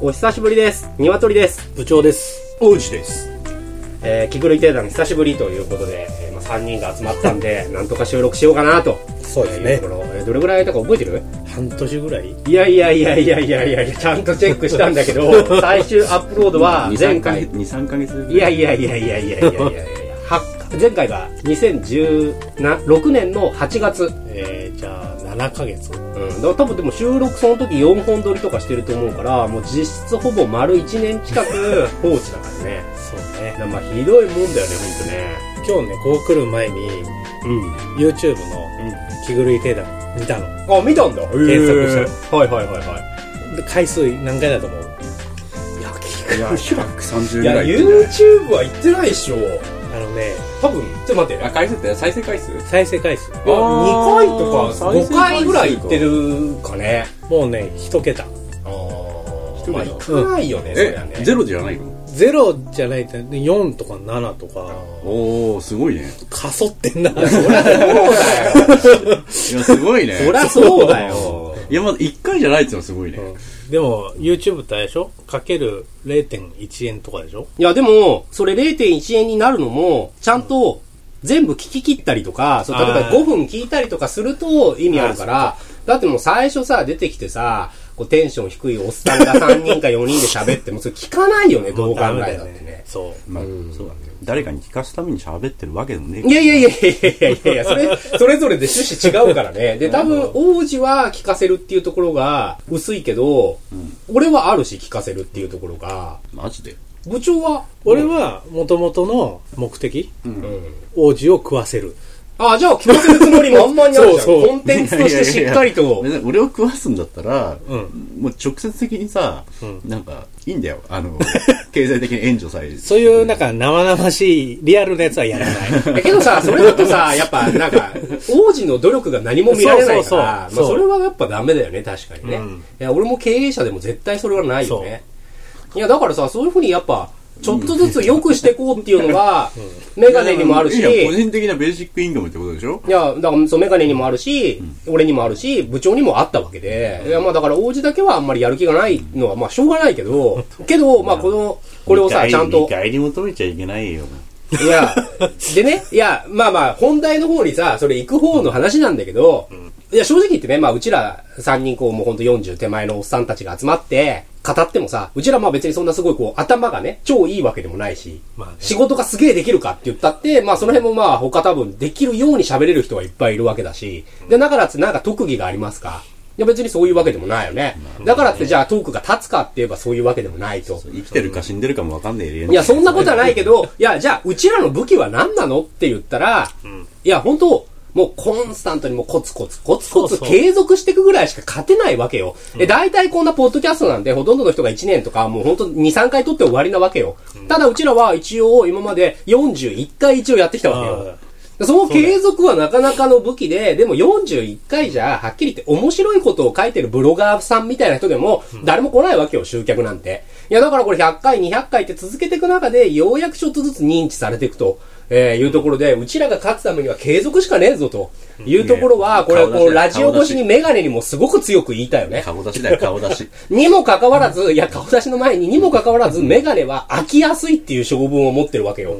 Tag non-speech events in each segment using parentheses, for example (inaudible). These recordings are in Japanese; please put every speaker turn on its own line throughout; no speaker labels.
お久しぶりです。鶏です。
部長です。大内です。
えー、気狂い定談久しぶりということで、えーまあ、3人が集まったん
(laughs)
で、なんとか収録しようかなと。
そうですね
いうところえーどれぐらいだか覚えてる
半年ぐらい
いやいやいやいやいやいやいや、ちゃんとチェックしたんだけ
(laughs)
ど、最終アップロードは前回。
2、3ヶ月ぐら
いやいやいやいやいやいやいやいや。は前回が2016年の8月。
えー、じゃあ、7ヶ月。
うん、だから多分でも収録その時4本撮りとかしてると思うから、もう実質ほぼ丸1年近く放置だからね。
そうね。
なまあひどいもんだよね、
今日ね、こう来る前に、
ほんとね。
YouTube の気狂い定談見たの。
うん。あ、見たんだ。。
検索した
はいはいはいは
で回数何回だと思う
い。いや、130
い。い
ぐ
や、
らい。
YouTube は行ってないでしょ。
あのね、
多分、ちょっと待って。
あ、回数って再生回数
再生回数。
2回とか5回ぐらい行って。
あ
る
ー
かね。
もうね、一桁。
あ
一
あ。
人
まあ
だ
行かないよね、そりゃ
え、
ね。
ゼロじゃないの
ゼロじゃないと、4とか7とか、
おー、すごいね。
かそって
(laughs)
んな。
いや、すごい (laughs) ね。
そりゃそうだよ。
いや、まず1回じゃないっていうのはすごいね。
でも、YouTube ってあれでしょかける0.1円とかでしょ
いや、でも、それ0.1円になるのも、ちゃんと、全部聞き切ったりとか、そう、例えば
あー
5分聞いたりとかすると意味あるから、だってもう最初さ、出てきてさ、こうテンション低いおっさんが3人か4人で喋っても、それ聞かないよね、どう考
ダメだ
え
よ
たってね。
そう。
まあ、そうだね。誰かに聞かすために喋ってるわけでもねえ
いやいやいやいやいやいや、それ、それぞれで趣旨違うからね。で、多分、王子は聞かせるっていうところが薄いけど、俺はあるし、聞かせるっていうところが、
マジで。
部長は、
俺は、もともとの目的、
うん
王子を食わせる。
あ、じゃあ聞かせるつもり満々にあるじゃん。
(laughs) そうそう
コンテンツとしてしっかりと。
別に俺を食わすんだったら、
ん
もう直接的にさ、なんか、いいんだよ。あの、 (laughs) 経済的に援助さえ。
そういう、なんか、生々しい、リアルなやつはやら
(laughs)
ない。
だけどさ、それだとさ、やっぱなんか、王子の努力が何も見られないから、
そうそうそう
まあ、
そ
そうれはやっぱダメだよね、確かにね。
うん
いや、俺も経営者でも絶対それはないよね。いや、だからさ、そういうふうにやっぱ、ちょっとずつ良くしていこうっていうのが、メガネにもあるし、
いや個
い
人的なベーシックインカムってことでしょ
や、だからそう、メガネにもあるし、俺にもあるし、部長にもあったわけで、いや、まあだから王子だけはあんまりやる気がないのは、まあしょうがないけど、けど、まあこの、これをさ、ちゃんと。
外に求めちゃいけないよ。
いや、でね、いや、まあまあ、本題の方にさ、それ行く方の話なんだけど、いや、正直言ってね、まあ、うちら3人こう、もうほんと40手前のおっさんたちが集まって、語ってもさ、うちらまあ別にそんなすごいこう、頭がね、超いいわけでもないし、
まあね
仕事がすげえできるかって言ったって、まあその辺もまあ他多分できるように喋れる人がいっぱいいるわけだし、で、だからってなんか特技がありますかいや別にそういうわけでもないよね。だからってじゃあトークが立つかって言えばそういうわけでもないと。
生きてるか死んでるかもわかんねえ
い
(laughs)
や、そんなことはないけど、いや、じゃあ、うちらの武器は何なのって言ったら、いや、本当もうコンスタントにもうコツコツコツコツ
そうそう
継続していくぐらいしか勝てないわけよ。で、大体こんなポッドキャストなんで、ほとんどの人が1年とか、もう本当2、3回撮って終わりなわけよ。ただ、うちらは一応今まで41回一応やってきたわけよ。でその継続はなかなかの武器で、でも41回じゃ、はっきり言って面白いことを書いてるブロガーさんみたいな人でも、誰も来ないわけよ、集客なんて。いや、だからこれ100回、200回って続けていく中で、ようやくちょっとずつ認知されていくと。えーいうところで、うちらが勝つためには継続しかねえぞというところは、
ね
これはこ
顔出
う、
し
ラジオ越し
顔出
に
し
メガネにもすごく強く言いたいよね。
顔出しだよ、顔
(laughs)
出し。
にもかかわらず、いや、顔出しの前に、にもかかわらず、メガネは飽きやすいっていう処分を持ってるわけよ。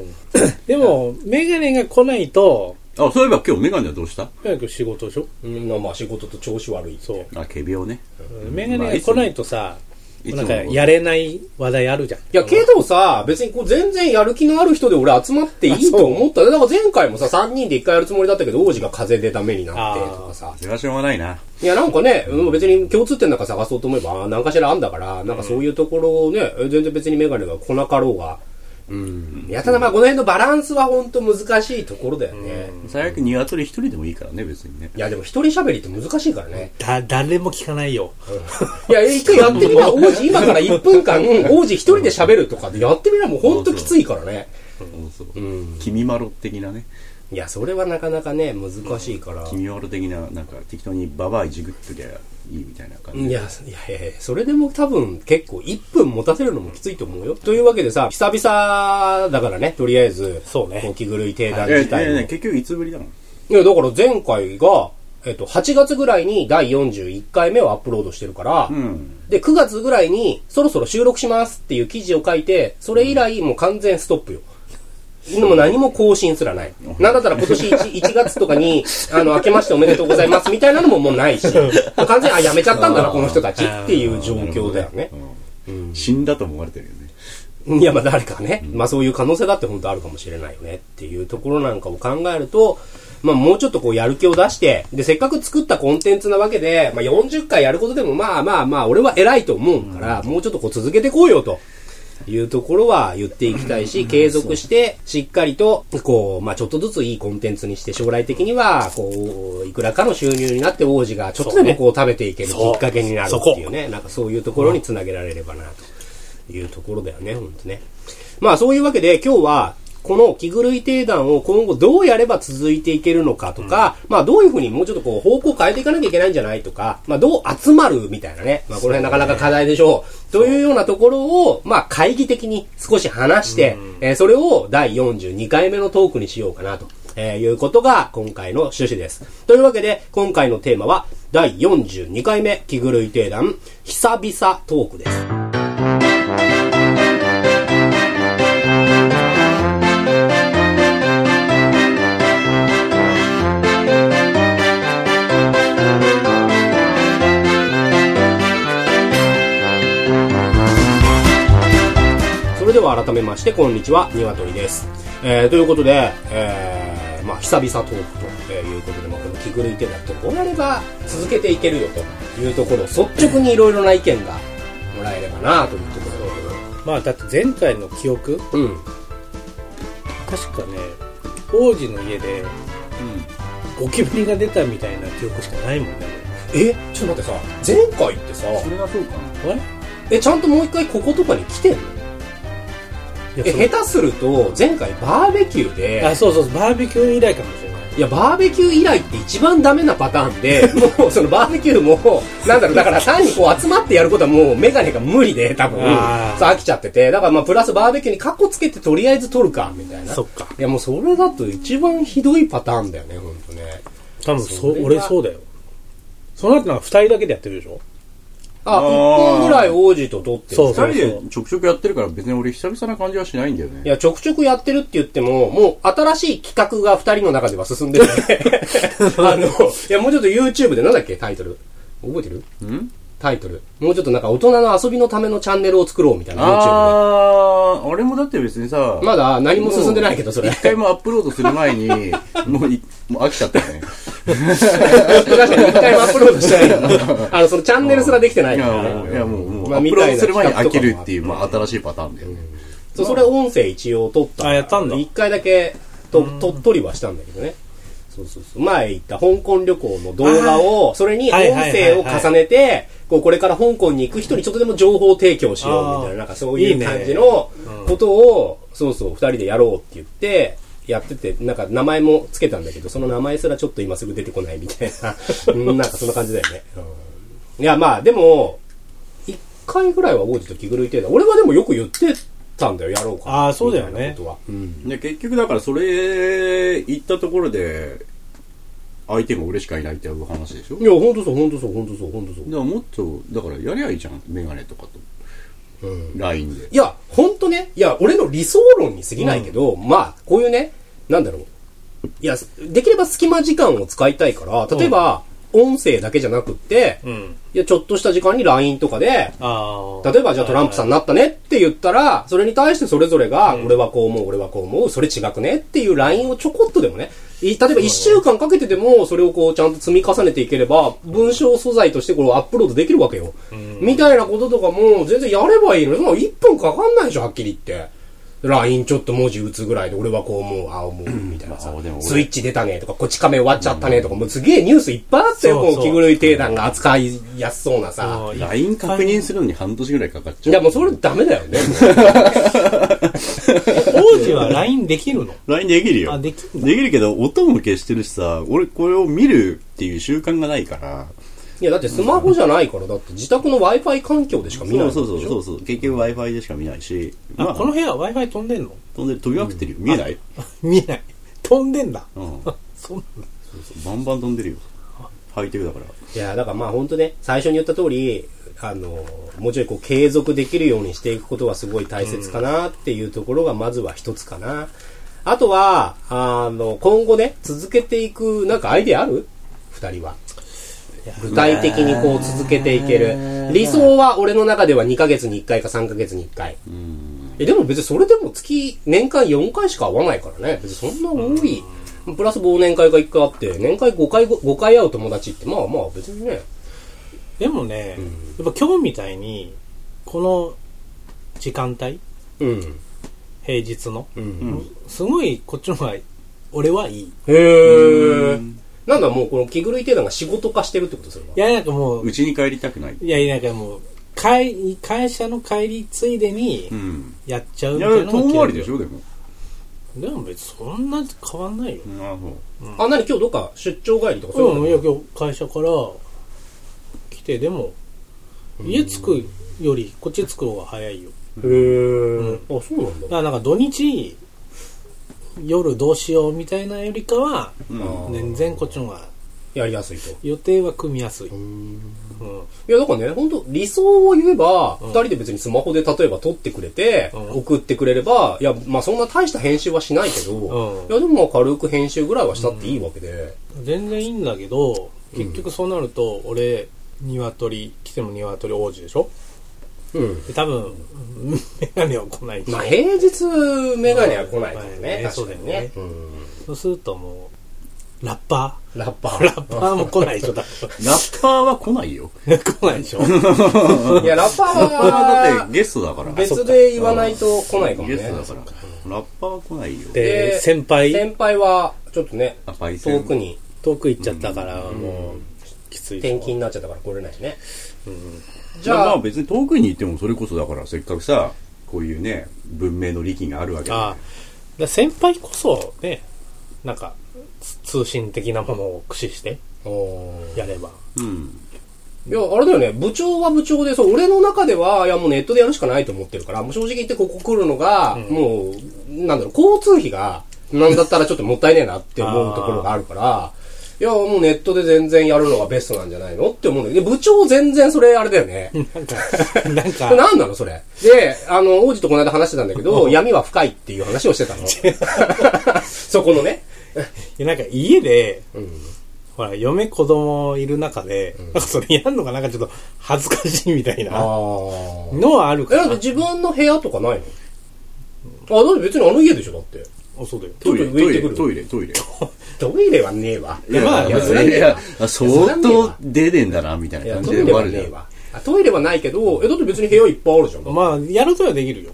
でも、メガネが来ないと、
あ、そういえば今日メガネはどうした
早く仕事でしょ
うん、まあ仕事と調子悪いって。
そう。
あ、仮病ね。
メガネが来ないとさ、
いつ
な
も
んか、やれない話題あるじゃん。
いや、けどさ、別にこう全然やる気のある人で俺集まっていいと思った。だから前回もさ、3人で1回やるつもりだったけど、王子が風邪でダメになってとかさ。
それはしょうがないな。
いや、なんかね、うん別に共通点なんか探そうと思えば、あー何かしらあんだから、なんかそういうところをね、え全然別にメガネが来なかろうが。うん。いや、ただまあこの辺のバランスは本当難しいところだよね。
最悪鶏一人でもいいからね、別にね。
いや、でも一人喋りって難しいからね。
だ、誰も聞かないよ。
いや、一回やってみな、王子、今から1分間、王子一人で喋るとかでやってみな、もう本当きついからね。
そうそう。君まろ的なね。
いや、それはなかなかね、難しいから。
君まろ的な、なんか適当にババアいじぐっときゃいいみたいな感
い
じ。
や、いやいやいやそれでも多分結構1分持たせるのもきついと思うよ。というわけでさ、久々だからね、とりあえず。
そうね
こ気狂い定談
いや
自
いやい
体
や
も。
結局いつぶりだもん。
いや、だから前回が、えっと、8月ぐらいに第41回目をアップロードしてるから、
うん。
で、9月ぐらいにそろそろ収録しますっていう記事を書いて、それ以来もう完全ストップよ。でも何も更新すらない。なんだったら今年 1, (laughs) 1月とかに、あの、明けましておめでとうございますみたいなのももうないし、完全に、あ、やめちゃったんだな、この人たちっていう状況だよね。
うん死んだと思われてるよね。
いや、まあ誰かね、まあそういう可能性だって本当あるかもしれないよねっていうところなんかを考えると、まあもうちょっとこうやる気を出して、で、せっかく作ったコンテンツなわけで、まあ40回やることでもまあまあまあ俺は偉いと思うから、もうちょっとこう続けてこうよと。いうところは言っていきたいし、継続して、しっかりと、こう、まあ、ちょっとずついいコンテンツにして、将来的には、こう、いくらかの収入になって、王子がちょっとでもこう食べていけるきっかけになるっていうね、なんかそういうところにつなげられればな、というところだよね、ほんとね。まあ、そういうわけで、今日は、この気狂い定談を今後どうやれば続いていけるのかとか、まあどういうふうにもうちょっとこう方向変えていかなきゃいけないんじゃないとか、まあどう集まるみたいなね。まあこの辺なかなか課題でしょう。というようなところを、まあ会議的に少し話して、えーそれを第42回目のトークにしようかなと。えーいうことが今回の趣旨です。というわけで、今回のテーマは、第42回目、気狂い定談、久々トークです。それでは改めまして、こんにちは、ニワトリです。えー、ということで、えー、まあ、久々トークとえーいうことで、まあ、この気狂いてだって、どうやれば続けていけるよというところ、率直にいろいろな意見がもらえればなというところだ
まあだって前回の記憶
けど、うん。
確かね王子の家でゴキブリが出たみたいな記憶しかないもんね
え、ちょっと待ってさ、前回ってさ、
それがそうかな。
俺
え、ちゃんともう一回こことかに来てんの
いや
え、
それ
下手すると、前回バーベキューで、
あそうそうそうバーベキュー以来かもしれない
いや、バーベキュー以来って一番ダメなパターン
(laughs)
で、もうそのバーベキューも、なんだろう、だから単にこう集まってやることはもうメガネが無理で、多分、
あー
そう飽きちゃってて、だからまあプラスバーベキューにカッコつけてとりあえず撮るか、みたいな。
そっか
いや、もうそれだと一番ひどいパターンだよね、ほんとね。
多分
そ
そ
れ
う
が
俺そうだよその後なんか2人だけでやってるでしょ
あ、
あー
一本ぐらい王子と撮ってる
そうそう
二人でちょくちょくやってるから別に俺久々な感じはしないんだよ
い
ね。
や、ちょくちょくやってるって言っても、もう新しい企画が二人の中では進んでる
(laughs)
ねあの、いや、もうちょっと YouTube でなんだっけタイトル。覚えてる
ん
タイトル。もうちょっとなんか大人の遊びのためのチャンネルを作ろうみたいな YouTube
あー、俺もだって別にさ
で。、まだ何も進んでないけど、それ。
一回もアップロードする
(laughs)
前に、もうい、もう飽きちゃったよね。
確かに一回もアップロードして
(laughs)
ない。あの、そのチャンネルすらできてない
い
か
や、
らね
もう、いやもう、もう
まあ
アップロードする前に
みたいな
飽
企画と
き
かも
るっていう、まあ新しいパターンだよね。
そうそれ音声一応撮った。
あやったんだ
一回だけと、と、撮りはしたんだけどね。そうそうそう。前行った香港旅行の動画を、それに音
はいはいはい
声
はい
を重ねて、こう、これから香港に行く人にちょっとでも情報提供しようみたいな、
あー
なんかそうい
いういね
感じのことを、そうそう、二人でやろうって言って、やってて、なんか名前もつけたんだけど、その名前すらちょっと今すぐ出てこないみたいな、 (laughs) うんなんかそんな感じだよね。うんいや、まあ、でも、一回ぐらいは王子と気狂いてだ俺はでもよく言ってたんだよ、やろうか。
あーそうだよね
みたいなことは。うん。
で、結局だからそれ、行ったところで、相手が俺しかいないっていう話でしょ
いや、ほんとそう、ほんとそう、ほんとそう、ほんとそう。
だからもっと、だからやりゃいいじゃん。メガネとかと。LINE で。
いや、ほんとね、いや、俺の理想論に過ぎないけど、まあ、こういうね、なんだろう。いや、できれば隙間時間を使いたいから、例えば、音声だけじゃなくって、
うん
いや、ちょっとした時間に LINE とかで、
ああ
例えばじゃあトランプさんになったねって言ったら、それに対してそれぞれが、俺はこう思う、俺はこう思う、それ違くねっていうラインをちょこっとでもね、い例えば1週間かけてでも、それをこうちゃんと積み重ねていければ、文章素材としてこれをアップロードできるわけよ。みたいなこととかも、全然やればいいのに、そんな1分かかんないでしょ、はっきり言って。ラインちょっと文字打つぐらいで、俺はこう思う、ああ思う、みたいなさ
まあでも。俺
スイッチ出たねとか、こち亀終わっちゃったねとか、もうすげえニュースいっぱいあったよ、
そう
こ
そう
気
う
狂い定談が扱いやすそうなさ。
あー
LINE 確認するのに半年ぐらいかかっち
い
ゃ
や、
う。
もうそれダメだよね。
王子は LINE できるの
LINE できるよ。
あできるんだ
できるけど、音も消してるしさ、俺これを見るっていう習慣がないから、
いや、だってスマホじゃないから、だって自宅の Wi-Fi 環境でしか見ない
そ
ん
う
でし
そ
ょ
うそうそうそう、結局 Wi-Fi でしか見ないし、
あ
まあ、
この部屋 w i f i 飛んでんの
飛んでる飛びまくってるよ。見えない
見えない飛んでんだ
うん。
そうなんだ
バンバン飛んでるよ。
あ
ハイテクだから。
いや、だからまあ本当ね、最初に言った通り、あの、もうちょいこう継続できるようにしていくことはすごい大切かなっていうところがまずは一つかな。あとは、あの、今後ね、続けていく、なんかアイデアある二人は。具体的にこう続けていける。理想は俺の中では2ヶ月に1回か3ヶ月に1回。え、でも別にそれでも月、年間4回しか会わないからね。別にそんな多い。プラス忘年会が1回あって、年会5回、5回会う友達って、まあまあ別にね。
でもね、やっぱ今日みたいに、この時間帯、
うん。
平日の、
うん。
すごいこっちの方が、俺はいい。い
へー。なんだもうこの気狂いてるのが仕事化してるってことするわ。
や、なんかもう
う、ちに帰りたくない。
いやいや、なんかもう、会、会社の帰りついでに
う、ん。
やっちゃう
い
み
や
たいな、のが
遠回りでし
嫌
ょ、でも。
いでも別にそんな変わんないよ。、
なるほど。
あ、なに今日どっか出張帰りとかそういううんの
いや、今日会社から来て、でも、家着くより、こっち着く方が早いよ。
へー。あ、そうなんだ
だ。からなんか土日、夜どうしようみたいなよりかは、
あー
全然こっちの方が
やりやすいと。
予定は組みやすい。うん。
いや、だからね、本当理想を言えば、
ん
二人で別にスマホで例えば撮ってくれて、
うん
送ってくれれば、いや、まあそんな大した編集はしないけど、
うん
いや、でもまあ軽く編集ぐらいはしたっていいわけで。
全然いいんだけど、結局そうなると、俺、鶏、来ても鶏王子でしょ
うん。
で多分、うんメガネは来ないし
まあ平日メガネは来ないからね、
まあ
確かにね。
そう
うん
そうするともう、ラッパ
ラッパ
ーラ
ー。
ッパーも来ないでしょ、多
ラッパーは来ないよ。
分。 (laughs) 来ないでしょ。
いや、ラッパー
ラッパーはだ
(laughs)
っ
は
て、ゲストだから。
別で言わないと来ないかもね。
ゲストだから。ラッパーは来ないよ。
で
で、先輩、
先輩は、ちょっとね、
あパイセン
遠くに
遠く行っちゃったから、もう、きついでしょ
転勤になっちゃったから来れないしね。じ
じゃあ、
ゃ
まあ
あ、
別に遠くに行ってもそれこそだから、せっかくさ、こういうね、文明の利器があるわけ
ああ
だ
だから先輩こそねなんかつ通信的なものを駆使して
おー
やれば
うん。
いや、あれだよね、部長は部長で、そう、俺の中では、いや、もうネットでやるしかないと思ってるから、もう正直言ってここ来るのが、もう、なんだろう、交通費が、なんだったらちょっともったいねえなって思うところがあるから、いや、もうネットで全然やるのがベストなんじゃないのって思うんだけど、で部長全然それあれだよね。
なんか (laughs) なん
これ
か
何なのそれ。で、あの、王子とこの間話してたんだけど、闇は深いっていう話をしてた (laughs) の。そこのね。
いやなんか家で、ほら嫁子供いる中で、なんかそれやんのがなんかちょっと恥ずかしいみたい
あ
な
あ。
のはある
え、
か
だっ
ら
て自分の部屋とかないのあ、だって別にあの家でしょ、だって。
あそうだよ
ちょ
ト
っ
イ
と浮い
レ、トイ
てく
レ、
る
トイレ、トイレ。
トイレはねえわ。
いや、
ま
ま
あ
あ、い
別に
やいや、あ相当出てんだな、みたい
い
な
や、
感じ
ト
で
イ
終
レ
わ
は
るじゃ
ねえ
ん。
わ。あトイレはないけど、え、だって別に部屋いっぱいあるじゃん。だって
まあやることはできるよ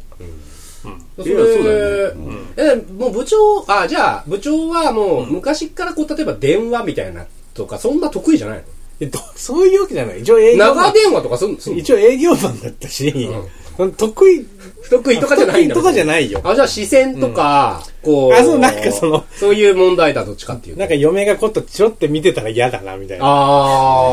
そ
いやそうだよね
れ、え、もう部長、あ、じゃあ、部長はもう昔からこう、例えば電話みたいなとか、そんな得意じゃない
えっとそういうわけじゃない一応営
の
業
長
マン
電話とかすんのすんの
一応営業マンだったし、得意
不得意とかじゃないんだ
不得意とかじゃないよ
あ、じゃあ視線とか、こう。
あそうなんかその
そういう問題だ、どっちかっていうと。
なんか嫁がこっとちょって見てたら嫌だなみたいな
あ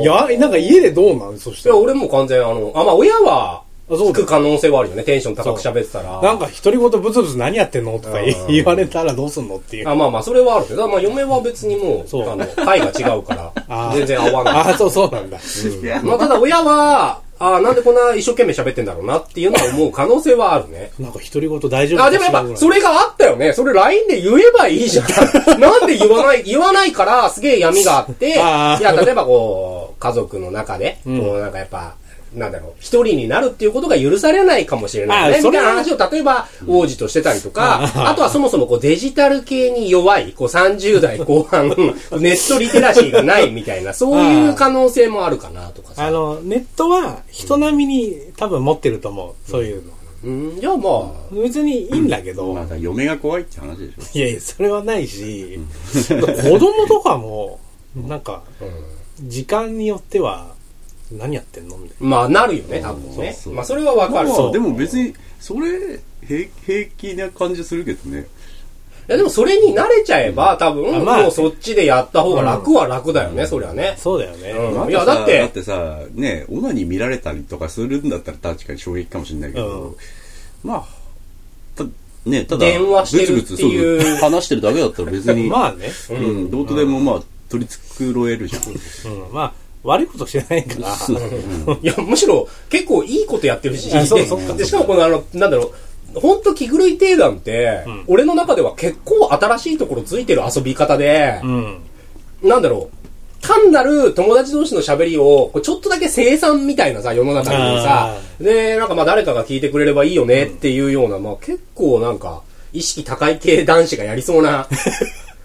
ー。
いや、なんか家でどうなんそし
い
た
や、
ら。
俺も完全、あの、あ、まあ、親は、
あそうだ
聞く可能性はあるよね。テンション高く喋ってたら。
なんか独り言ブツブツ何やってんのとか言い言われたらどうすんのっていう。
あ、まあまあ、それはあるけど、まあ、嫁は別にもう、
そう
あの、回が違うか
(laughs) あ
ら、
ー
全然合わない。
ああ、そうそうなんだ。
いや
まあ、ただ親は、あーなんでこんな一生懸命喋ってんだろうなっていうのは思う可能性はあるね。
なんか独り言大丈夫
あ、でもやっぱ、そ
れ。
れがあったよね。それ LINE で言えばいいじゃ
(laughs)
ん。なんで言わない、言わないから、すげえ闇があって、い
あー
や、例えばこう、家族の中で、
ん
こうなんかやっぱ、なんだろう、一人になるっていうことが許されないかもしれないよ
あー
ね。
そ
み
れ
たい
は
な話を、例えば、王子としてたりとか、あとはそもそもこうデジタル系に弱い、こう30代後
(laughs)
半、ネットリテラシーがないみたいな、そういう可能性もあるかなとかさ。
あの、ネットは人並みに多分持ってると思う。そういう
うん、じゃあまあ、
の。別にいいんだけど、
また嫁が怖いって話でしょ。
いやいや、それはないし、子供とかも、なんか、時間によっては、何やってんのみたい
まあなるよね、多分ね。まあそれはわかる。
ま
そ
あ、
う
でも別に、それ、平平気な感じするけどね。
いやでもそれに慣れちゃえば、多分、
まあ
もうそっちでやった方が楽は楽だよね、そりゃね
な。。そうだよね。
うん
まあ
いやだって
だってさ、ね、オナに見られたりとかするんだったら確かに衝撃かもしれないけ
うん
ど、まあ、た、ね、ただ、
電話してる
ブツブツ
っていう (laughs)
そうそう話してるだけだったら別に、
まあね。
うん、どうとでもまあ、取り繕えるじゃん。
うん、まあ、悪いことしてないから。
そう
いや、むしろ結構いいことやってるし、
あそうそっか
でしかもこのあの、なんだろう、ほんと気狂い定団って、
ん
俺の中では結構新しいところついてる遊び方で、
うん。
なんだろう、単なる友達同士の喋りを、こうちょっとだけ生産みたいなさ、世の中にさ
あ、
で、なんかまあ誰かが聞いてくれればいいよねっていうような、まあ結構なんか、意識高い系男子がやりそう
(laughs)
な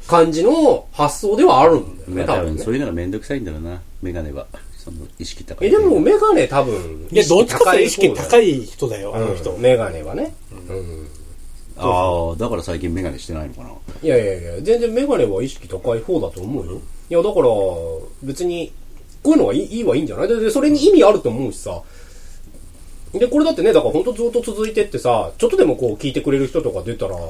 感じの発想ではあるんだよ
ま
ね、
あ
多
多
分
分
ね
そういうのがめんどくさいんだろうな、メガネは。その意識高い。
え、でも、メガネ多分、
いや、どっちかって意識
い
高い人だよ、あの人。
うんメガネはね。うん
ああ、だから最近メガネしてないのかな。
いやいやいや、全然メガネは意識高い方だと思うよ。いや、だから、別に、こういうのはいいいいはいいんじゃないでで、それに意味あると思うしさ。で、これだってね、だから本当ずっと続いてってさ、ちょっとでもこう聞いてくれる人とか出たら、いや、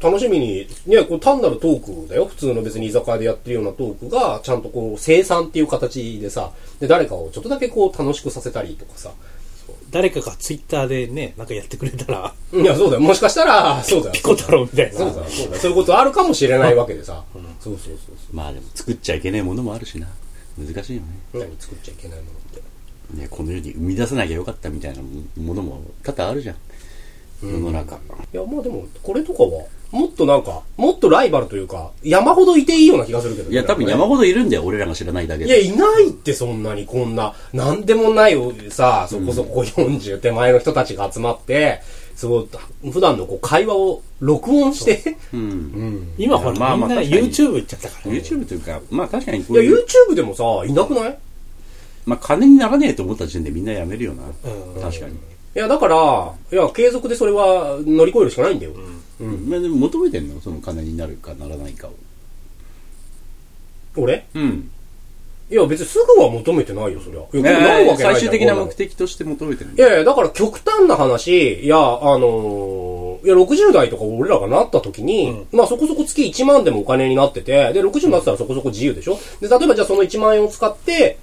楽しみに、ね、こう単なるトークだよ。普通の別に居酒屋でやってるようなトークが、ちゃんとこう、生産っていう形でさ、で、誰かをちょっとだけこう楽しくさせたりとかさ。
誰かがツイッターでね、なんかやってくれたら、 (laughs)
いや、そうだよ。もしかしたら、そうだよ。
ピコ太郎みたいな。
そうだ、そうだ。そういうことあるかもしれないわけでさ。そうそうそう
まあでも作っちゃいけないものもあるしな。難しいよね。
そう。何作っちゃいけないものって。
ね、この世に生み出さなきゃよかったみたいなものも多々あるじゃん。世の中。
いや、まあでも、これとかは、もっとなんか、もっとライバルというか、山ほどいていいような気がするけどね
いや、多分
なん
山
かね
ほどいるんだよ、俺らが知らないだけ
いや、
で。
いないってそんなにこんな、なんでもないさ、そこそこ40手前の人たちが集まって、すごい、普段のこう会話を録音して、
うん。
今ほら、
まあ
みん
まあ
な
確かに
YouTube 行っちゃったから、
YouTube というか、まあ確かにこ
いうや、
いう、
YouTube でもさ、いなくない
まあ金にならねえと思った時点でみんなやめるよな。
うん
確かに。
いや、だから、いや、継続でそれは乗り越えるしかないんだよ。
まあでも求めてんのその金になるかならないかを。
俺
うん。
いや、別にすぐは求めてないよ、そりゃ。いや、なるわけないじ
最終
ゃん
的な
こんの
目的として求めてるん
いやいや、だから極端な話、いや、あのーいや、60代とか俺らがなった時に、まあそこそこ月1万でもお金になってて、で、60になってたらそこそこ自由でしょで、例えばじゃあその1万円を使って、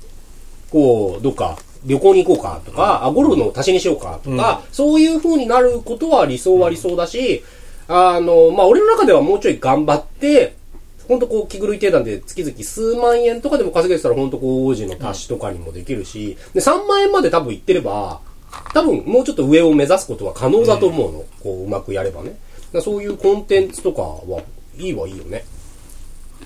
こう、どっか旅行に行こうかとか、あゴルフの足しにしようかとか、そういう風になることは理想は理想だし、あの、まあ、俺の中ではもうちょい頑張って、ほんとこう、気狂い定団で月々数万円とかでも稼げてたら、ほんとこう、王子の足しとかにもできるし、で、3万円まで多分いってれば、多分もうちょっと上を目指すことは可能だと思うの。こう、うまくやればね。だからそういうコンテンツとかは、いいはいいよね。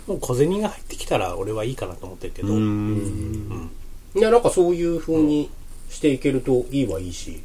もう小銭が入ってきたら俺はいいかなと思ってるけど、
いや、なんかそういう風にしていけるといいはいいし。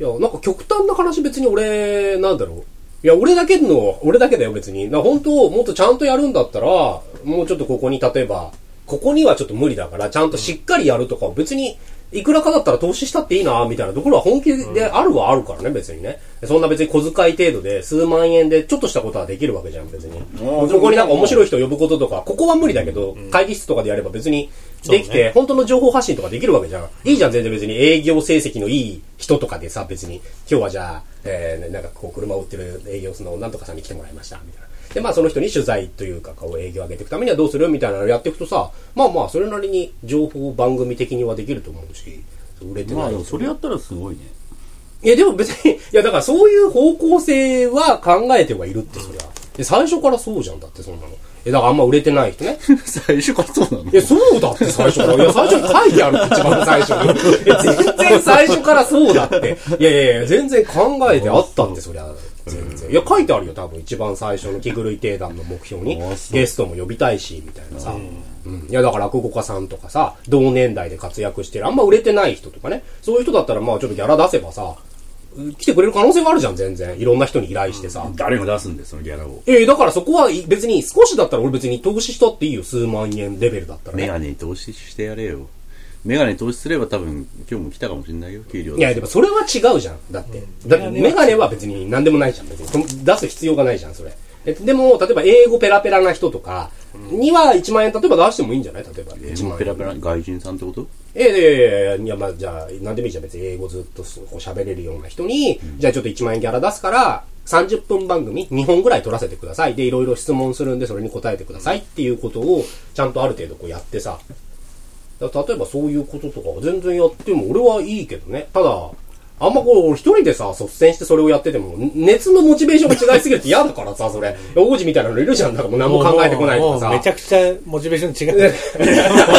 いや、なんか極端な話別に俺、なんだろう。いや、俺だけの、俺だけだよ別に。な本当、もっとちゃんとやるんだったら、もうちょっとここに例えば、ここにはちょっと無理だから、ちゃんとしっかりやるとか、別に、いくらかだったら投資したっていいな、みたいなところは本気であるはあるからね、別にね。そんな別に小遣い程度で、数万円でちょっとしたことはできるわけじゃん、別に。
あー
そこになんか面白い人呼ぶこととか、ここは無理だけど、会議室とかでやれば別にでき
そうね
て、本当の情報発信とかできるわけじゃん。いいじゃん、全然別に営業成績のいい人とかでさ、別に、今日はじゃあ、えー、なんかこう、車を売ってる営業のなんとかさんに来てもらいました、みたいな。で、まあその人に取材というか、こう営業を上げていくためにはどうするみたいなのをやっていくとさ、まあまあ、それなりに情報番組的にはできると思うし、売れて
ま
な
あ
い
でもそれやったらすごいね。
いや、でも別に、い (laughs) や、だからそういう方向性は考えてはいるって、そりゃ。で、最初からそうじゃんだって、そんなの。え、だからあんま売れてない人ね。
最初からそうなの
いや、そうだって最初から。いや、最初に書いてあるって、一番最初に。いや全然最初からそうだって。いやいやいや、全然考えてあったって、そりゃ。全然。いや、書いてあるよ、多分。一番最初の気狂い定団の目標に
あ。そう
ゲストも呼びたいし、みたいなさ。うん。いや、だから落語家さんとかさ、同年代で活躍してる、あんま売れてない人とかね。そういう人だったら、まあ、ちょっとギャラ出せばさ、来てくれる可能性があるじゃん、全然。いろんな人に依頼してさ。
誰が出すんだよ、そのギャラを。
ええだからそこはい別に少しだったら俺別に投資したっていいよ、数万円レベルだったらね
メ。ガネに投資してやれよ。メガネに投資すれば多分今日も来たかもしれないよ、給料
いや、でもそれは違うじゃん。だって。だってメガネは別に何でもないじゃん。別にその出す必要がないじゃん、それ。えでも、例えば英語ペラペラな人とかには1万円、例えば出してもいいんじゃない例えば
え
1
ー
万円。
ペラペラ、外人さんってこと
ええいやいやいやいや、まあ、じゃあ、何でもいいじゃん。別に英語ずっとこう喋れるような人に、じゃあちょっと1万円ギャラ出すから、30分番組2本ぐらい取らせてください。で、いろいろ質問するんで、それに答えてくださいっていうことを、ちゃんとある程度こうやってさ。だから例えばそういうこととかは全然やっても俺はいいけどね。ただ、あんまこう、俺一人でさ、率先してそれをやってても、ん熱のモチベーションが違いすぎるって嫌だからさ、それ。王子みたいなのいるじゃん。なんかもう何も考えてこないと
も
か
う
さ。
めちゃくちゃモチベーション違う。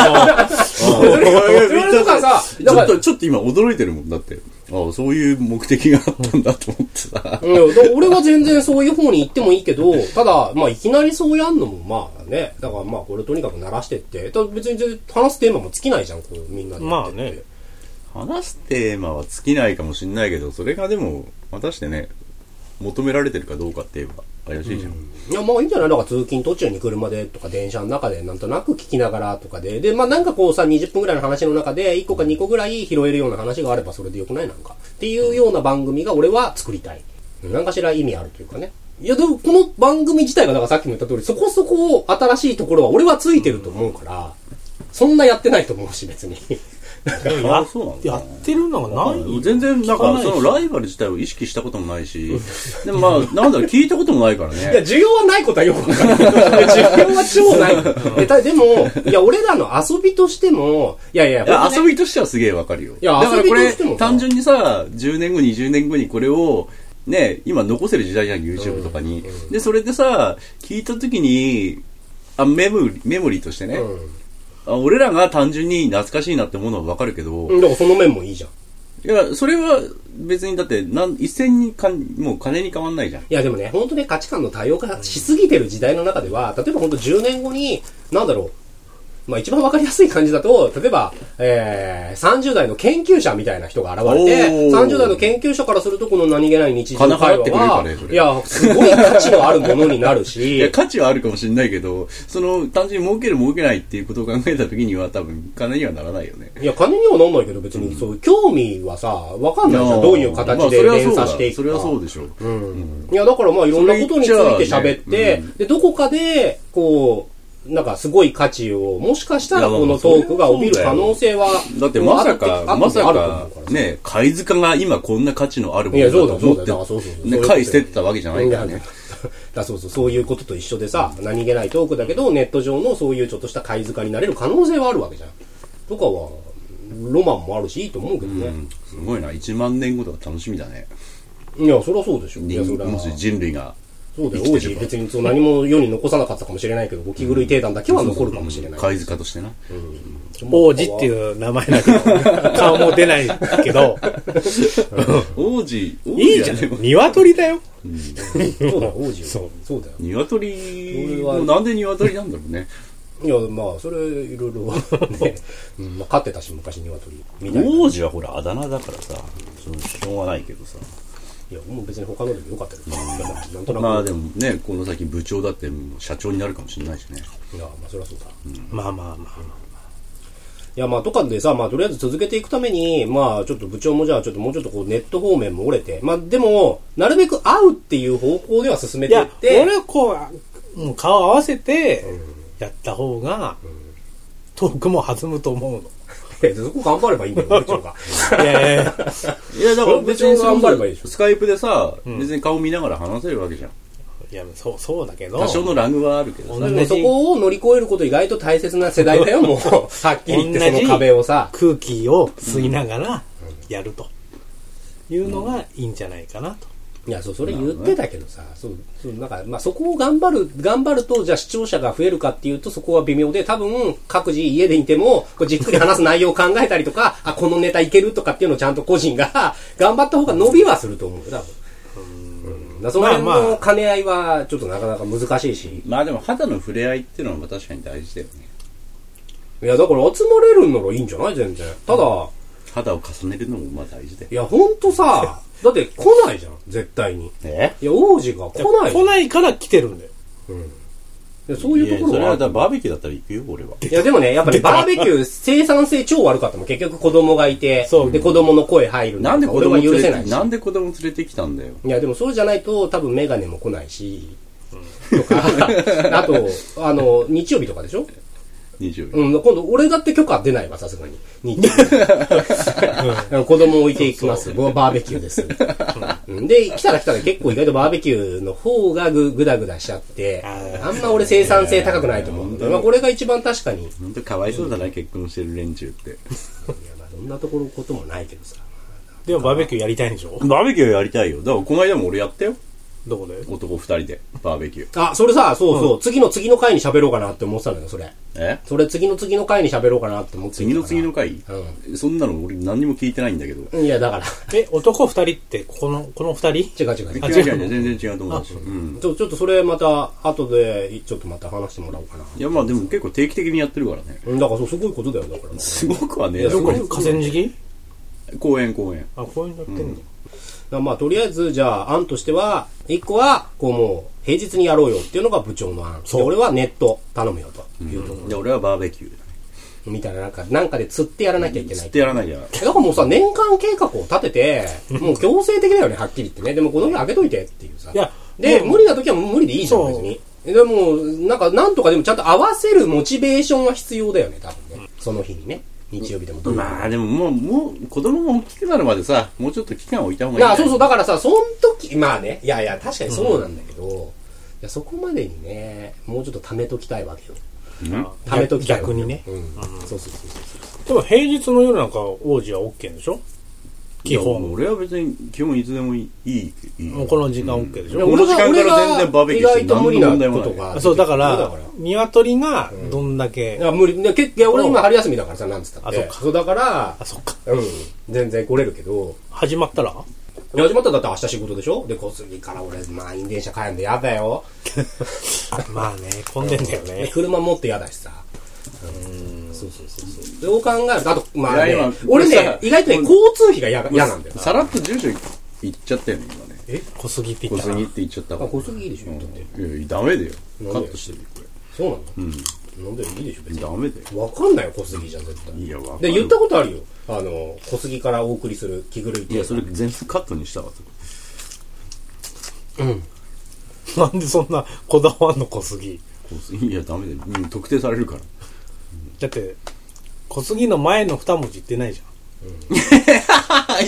それそれとかさ、
(laughs) ち
だ
ょ
か
っ
ら、
と、ちょっと今驚いてるもんだって。ああ、そういう目的があったんだと思ってさ。
うん、だから俺は全然そういう方に行ってもいいけ
(laughs)
ど、ただ、まあ、いきなりそうやんのも、まあね、だからまあ、これとにかく鳴らしてって、だから別に全然話すテーマも尽きないじゃん、こう、みんなでやってって。
まあね
話すテーマは尽きないかもしれないけど、それがでも、果たしてね、求められてるかどうかって言えば怪しいじゃん。
いや、まあいいんじゃないだから通勤途中に車でとか電車の中でなんとなく聞きながらとかで。で、まあなんかこうさ、20分ぐらいの話の中で1個か2個ぐらい拾えるような話があればそれでよくないなんか。っていうような番組が俺は作りたい。何かしら意味あるというかね。いや、でもこの番組自体がだからさっきも言った通り、そこそこ新しいところは俺はついてると思うから、そんなやってないと思うし別に。
あそうなんだ
やってるのがない
全然、な
聞
ん
かな
か、
いし
そのライバル自体を意識したこともないし、でもまあ、なんだろう、聞いたこともないから
いや、
ね。
需要はないこと (laughs) はよくわかる。需要は超ない。 (laughs) えたでも、いや、俺らの遊びとしても、いやいや、
いや
本当ね
遊びとしてはすげえわかるよ。
いや
だからこ
遊びと
れ
しても、
単純にさ、10年後、20年後にこれを、ね、今残せる時代じゃん、YouTube とかに。で、それでさ、聞いた時に、あメモリメモリーとしてね、
うん
あ俺らが単純に懐かしいなってものはわかるけど、
うんだからその面もいいじゃん。
いや、それは別にだって、なん一銭にかん、もう金に変わんないじゃん。
いやでもね、本当ね、価値観の多様化しすぎてる時代の中では、例えば本当10年後に、なんだろう、まあ一番わかりやすい感じだと、例えば、えー、30代の研究者みたいな人が現れて、
おー
30代の研究者からするとこの何気ない日常
金払
会
っ
話
てくれるか
は、
ねそれ
いや、すごい価値のあるものになる
(laughs) いや、
し、
価値はあるかもしれないけど、その、単純に儲ける儲けないっていうことを考えた時には、多分、金にはならないよね。
いや、金にはなんないけど別に、そう、興味はさ、わかんないじゃん。どういう形で
まあ
連鎖していくか。
それはそうだそれはそうでしょ。
いや、だからまあいろんなことについて喋っ
それ言っちゃ
て、
あね
で、どこかで、こう、なんかすごい価値を、もしかしたらこのトークが帯びる可能性は、
だってまさか、
あ
まさ
あると思
か
うから、ね。
ね、貝塚が今こんな価値のあるも
い
の
や
だ
そう
と
だそうだだか
思
らそうそう
っ
そう
て、ね、
そういうこと
貝捨ててたわけじゃないから
いや
ね。
(laughs) だそうそう、そういうことと一緒でさ、何気ないトークだけど、ネット上のそういうちょっとした貝塚になれる可能性はあるわけじゃん。とかは、ロマンもあるし、いいと思うけど
う
ね。
ん、すごいな、1万年後とか楽しみだね。
いや、そりゃそうでしょ。いや、そりゃ。
もし人類が。
そうだよ、
生
王
きて
子
れば
別にそう何も世に残さなかったかもしれないけど、ゴキ狂い定団だけは残るかもしれない。
貝塚としてな。
王子っていう名前だけど、顔も出ないけど、
(laughs) 王子、王子
いいじゃん。
でも
鶏だよ。
そうだよ、王子よ。
そう
そうだよ。
鶏もなんで鶏なんだろうね。
いや、まあ、それ、いろい
(laughs)
ろ、ね、うんまあ、飼ってたし、昔、鶏、みたいな。い
王子はほら、あだ名だからさ、そうしょうがないけどさ。
や、もう別に他のでもよかったけど、なんとなく。
まあ
い
でもね、この先部長だってもう社長になるかもしれないしね。
や、まあ、そりゃそうだ。い
まあまあま
や、まあ、とかでさ、まあ、とりあえず続けていくために、まあ、ちょっと部長もじゃあ、ちょっともうちょっとこう、ネット方面も折れて、まあ、でも、なるべく会うっていう方向では進
あ。
め
い
ていっ
や、
て、
俺はこう、もう顔合わせて、やった方が、トークも弾むと思うの。
えそこ頑張ればいいんだよ、部長が。
(laughs) いやいや
(laughs)
いや、だ
から別に頑張ればいいでしょ
スカイプでさ、
ん
別に顔見ながら話せるわけじゃん。
いや、そう、そうだけど。
多少のラグはあるけど
同
さ。
で
じ
もそこを乗り越えること意外と大切な世代だよ、
(laughs)
もう。はっきり言って、
同
そ
じ
の壁をさ。
空気を吸いながらやるというのがいいんじゃないかなと。
いや、そう、それ言ってたけどさ、そう、そう、なんか、まあ、そこを頑張る、頑張ると、じゃあ視聴者が増えるかっていうと、そこは微妙で、多分、各自家でいても、こうじっくり話す内容を考えたりとか、 (laughs) あ、このネタいけるとかっていうのをちゃんと個人が、 (laughs) 頑張った方が伸びはすると思うよ、多分。うん、だからその辺
まあまあ
の兼ね合いは、ちょっとなかなか難しいし。
まあでも肌の触れ合いっていうのは確かに大事だよね。
いや、だから集まれるんならいいんじゃない全然。ただ、
肌を重ねるのもまあ大事だよ。
いや、ほんと (laughs) さ、だって来ないじゃん、絶対に。
え
いや、王子が来ないじゃん。
来ないから来てるんだよ。
いやそういうところはあると思う。
バーベキューだったら行くよ、俺は。
いやでもね、やっぱりバーベキュー生産性超悪かったもん。結局子供がいて
そ、う
で、子供の声入るの
なんで子供
俺は
連
許
れ
せ
て
ないし。
なんで子供連れてきたんだよ。
いやでもそうじゃないと多分メガネも来ないし、とか、あと、あの、日曜日とかでしょ
20
うん、今度俺だって許可出ないわ、さすがに。日曜日子供置いていきます。バーベキューです。うんで、来たら来たら結構意外とバーベキューの方がぐぐだぐだしちゃって、
あ
あんま俺生産性高くないと思う。まあこれが一番確かに。
ほ
(laughs)
んとかわいそうだな、結婚してる連中って。
いやまあどんなところこともないけどさ、まあ
でもバーベキューやりたいんでしょ
バーベキューやりたいよ。だから、この間も俺やったよ。
どこで
男二人で、バーベキュー。
あ、それさ、そうそう、次の次の回に喋ろうかなって思ってたのよ、それ。
え
それ次の次の回に喋ろうかなって思ってい
次
たか
の
ら
次の回、そんなの俺何にも聞いてないんだけど。
いや、だから、
え、男二人って、この、この二人
違う違う違う。
あ
違う
違う
違う違う、全然違うと思う。うん。
ちょちょっとそれまた、後で、ちょっとまた話してもらおうかな。
いや、まあでも結構定期的にやってるからね。
うんだからそう、すごいことだよ、だから。
すごくはね、
いや
すごい
すごい
河川敷
公園公園。
あ、こういうのやってん
だ
の、
からまあ、とりあえず、じゃあ、案としては、一個は、こうもう、平日にやろうよっていうのが部長の案。で俺はネット頼むよというとこ
で、俺はバーベキューだね。
ろ。みたいな、なんか、なんかで釣ってやらなきゃいけな
釣
い
っ。てやらなきゃ。
だからもうさ、年間計画を立て
(laughs)
て、もう強制的だよね、はっきり言ってね。でもこの日開けといてっていうさ。
いや
で、
うん
無理な時はもう無理でいいじゃん、
そう
別に。でも、なんか、なんとかでもちゃんと合わせるモチベーションは必要だよね、多分ね。その日にね。日曜日でも土曜日でも
まあでももう、もう、子供が大きくなるまでさ、もうちょっと期間置いた方がいいん
いや、
じゃない。
そうそう、だからさ、その時、まあね、いやいや、確かにそうなんだけど、いやそこまでにね、もうちょっと貯めときたいわけよ。
うん。
貯めときたいわけ
逆
よ
にね。
うん。そうそうそうそう。
でも平日の夜なんか王子は OK でしょ基
いやも
本
う。俺は別に、基本いつでもいい。いいいい
もうこの時間 OK でし
いや
ょ、
この時間から全然バーベキ
俺
ューして
が意外と無理なこ
何の問
と
題もない
が。
あそう、だか
だ
ら
から、
鶏がどんだけ、
いや、無理。ねけいや、俺
うん
今春休みだからさ、なんつったっ
あ
て。
そっか
うだから
あ、、そっか。
うん。全然来れるけど。
始まったら
いや始まったらだって明日仕事でしょで、小杉から俺、満員電車帰るんでやだよ。
まあね、混んでんだよ
で
ね。
車持ってやだしさ。うん。そうそうそうそう。そう考えると、あと、まあ
い
ね
や今、
俺
これさ
ね、意外とね、
こん
交通費がや嫌なんだよな。
さらっと住所言っちゃったよね、今ね。
え小杉って言
小
ったら
杉っ。て言っちゃったから。
あ小杉いいでしょ
うん
だって
いや、ダメだよ。
なん
カ
で
ットしてるよ、こ
そうなのうん。なんでいいでしょ、別
れ。
に。
ダメだよ。
わかんないよ、小杉じゃ絶対。
いや、わか
で、
る
言ったことあるよ。あの、小杉からお送りする気狂いって
い
いう
や、それ全部カットにしたわ。
なんでそんなこだわんの小杉。
小杉いや、ダメだよ。うん特定されるから。
だって、小杉の前の二文字言ってないじ
(laughs)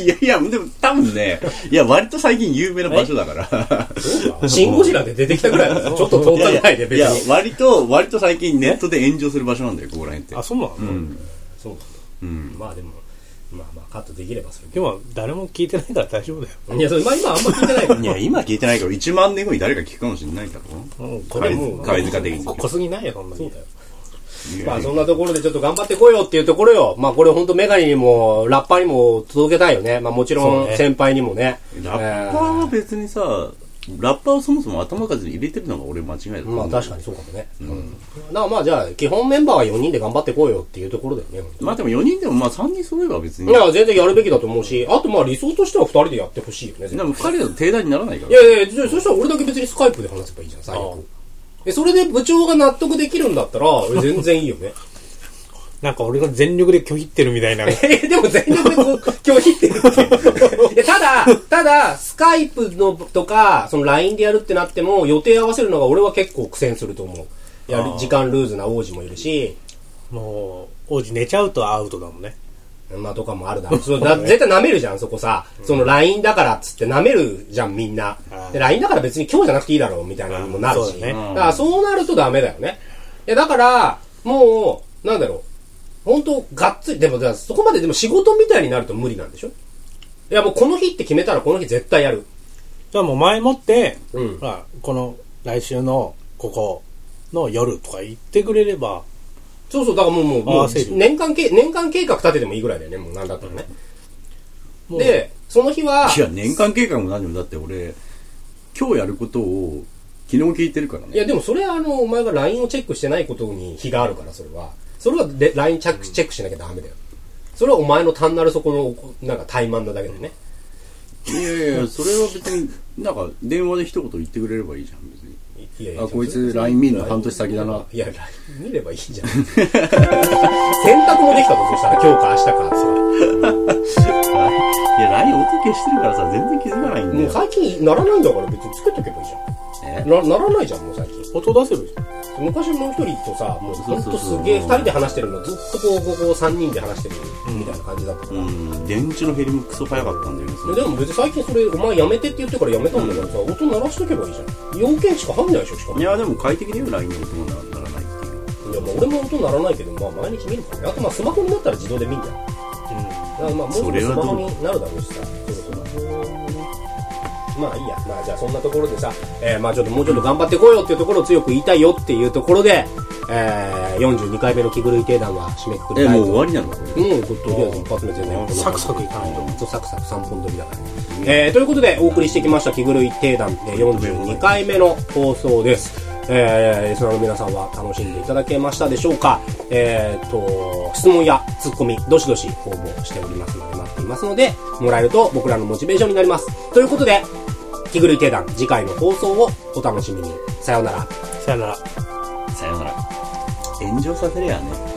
いやいや、でも多分ね、いや、割と最近有名な場所だから。
そうかシンゴジラで出てきたぐらいだからちょっと遠
い
か
や
ない
い
で、
や、
別に。
割と、割と最近ネットで炎上する場所なんだよ、ここら辺って
ゃん。あ、。そうなの、
うん。
そうなんだ。
うん。
まあでも、まあまあカットできればするけ
でも、誰も聞いてないから大丈夫だよ。
ど。いや、それ、まあ今あんま聞いてない
(laughs)
から。
いや、今聞いてないけど、1万年後に誰か聞くかもしれないだろ。
うん、これもう、
貝塚的に
こ小杉ないよ、そんな
そう
に
だ。よ。
いや
まあそんなところでちょっと頑張ってこいよっていうところよ。まあこれ本当メガネにも、ラッパーにも届けたいよね。まあもちろ
そうんね
先輩にもね。
ラッパーは別にさ、ラッパーをそもそも頭数に入れてるのが俺間違いだと
えーま
思
あ
う。
確かにそうかもね。うん。だからまあじゃあ、基本メンバーは4人で頑張ってこいよっていうところだよね。
まあでも4人でもまあ3人揃えば別
い
に。
や、全然やるべきだと思うし、あとまあ理想としては2人でやってほしいよね。
でも2人だと定談にならないか
い
ら。
やいやいや、そしたら俺だけ別にスカイプで話せばいいじゃん、最悪。え、それで部長が納得できるんだったら、俺全然いいよね。
なんか俺が全力で拒否ってるみたいな。
え (laughs) でも全力でこう拒否ってるって。いやただ、ただ、スカイプのとか、その LINE でやるってなっても、予定合わせるのが俺は結構苦戦すると思う。やる時間ルーズな王子もいるし、
もう、王子寝ちゃうとアウトだもんね。
まあとかもあるだろう。 (laughs) そうだ絶対舐めるじゃん、そこさ。その LINE だからっつって舐めるじゃん、みんな
あ。ー
で、LINE だから別に今日じゃなくていいだろう、みたいなのにもなる
あー
し。
そう
だ
だねうん
からそうなるとダメだよね。いや、だから、もう、なんだろう。本当がっつり、でも、だからそこまででも仕事みたいになると無理なんでしょいや、もうこの日って決めたらこの日絶対やる。
じゃあもう前もって、
うん
ほらこの来週のここの夜とか言ってくれれば、
そうそう、だからもう、もう、も
あ
う
ー整理
年間計、年間計画立ててもいいぐらいだよね、もうなんだったらね。
もう
で、その日は、
いや、年間計画も何もだって俺、今日やることを昨日聞いてるから
い
ね。
や、でもそれはあの、お前が LINE をチェックしてないことに非があるから、それは。それはで LINE チェックチェックしなきゃダメだよ。それはお前の単なるそこの、なんか怠慢なだけでね。
いやいや、それは別に、なんか電話で一言言ってくれればいいじゃん、別に。
いやい
あこいつ LINE 見んの半年先だない
や、LINE 見ればいいじゃん。選択もできたとそしたら、今日か明日か。そ
いや、LINE 音消してるからさ、全然気づかない
れ
んだ
もう
よ。
最近ならないんだから別につけとけばいいじゃ
え
ん。な、ならないじゃん、もう最近。
音出せるじゃん。
昔もう一人とさ、もうほんとす
そうそうそう
げえ二人で話してるの、ずっとこう、ここ三人で話してるみたいな感じだったから。
うん、電池の減りもクソ早かったんだよね、そ
で
れ
でも別に最近それ、お前やめてって言ってからやめたんだからさ、音鳴らしとけばいいじゃん。要件しか入んないでしょ、しかも。
い
いや、
や、でも快適だよ、LINE の音がならないっていう。
まあ俺も音鳴らないけど、まあ毎日見るからね。あとまあスマホになったら自動で見んじゃん。
うん
まあ、もうす
そ
ぐ
れ
ス
は
マ
どう
ホになるだろうしさ、そういうことがまあいいや、まあじゃあそんなところでさ、えーまあちょっともうちょっと頑張ってこいよっていうところを強く言いたいよっていうところで、えー、42回目の着ぐるい定談は締めくく
え
りたい
もう
と
終わりなのこれ
うん、とりあえず一発目全然こんな
サクサクいかないと
ほんとサクサク3本撮りだからね、えーということでお送りしてきました「着ぐるい定談」えー42回目の放送ですえー、リスナーの皆さんは楽しんでいただけましたでしょうかえー、と、質問やツッコミ、どしどし応募しておりますので、待っていますので、もらえると僕らのモチベーションになります。ということで、着ぐるい定談、次回の放送をお楽しみに。さようなら。
さよなら
さよなら炎上させりゃあね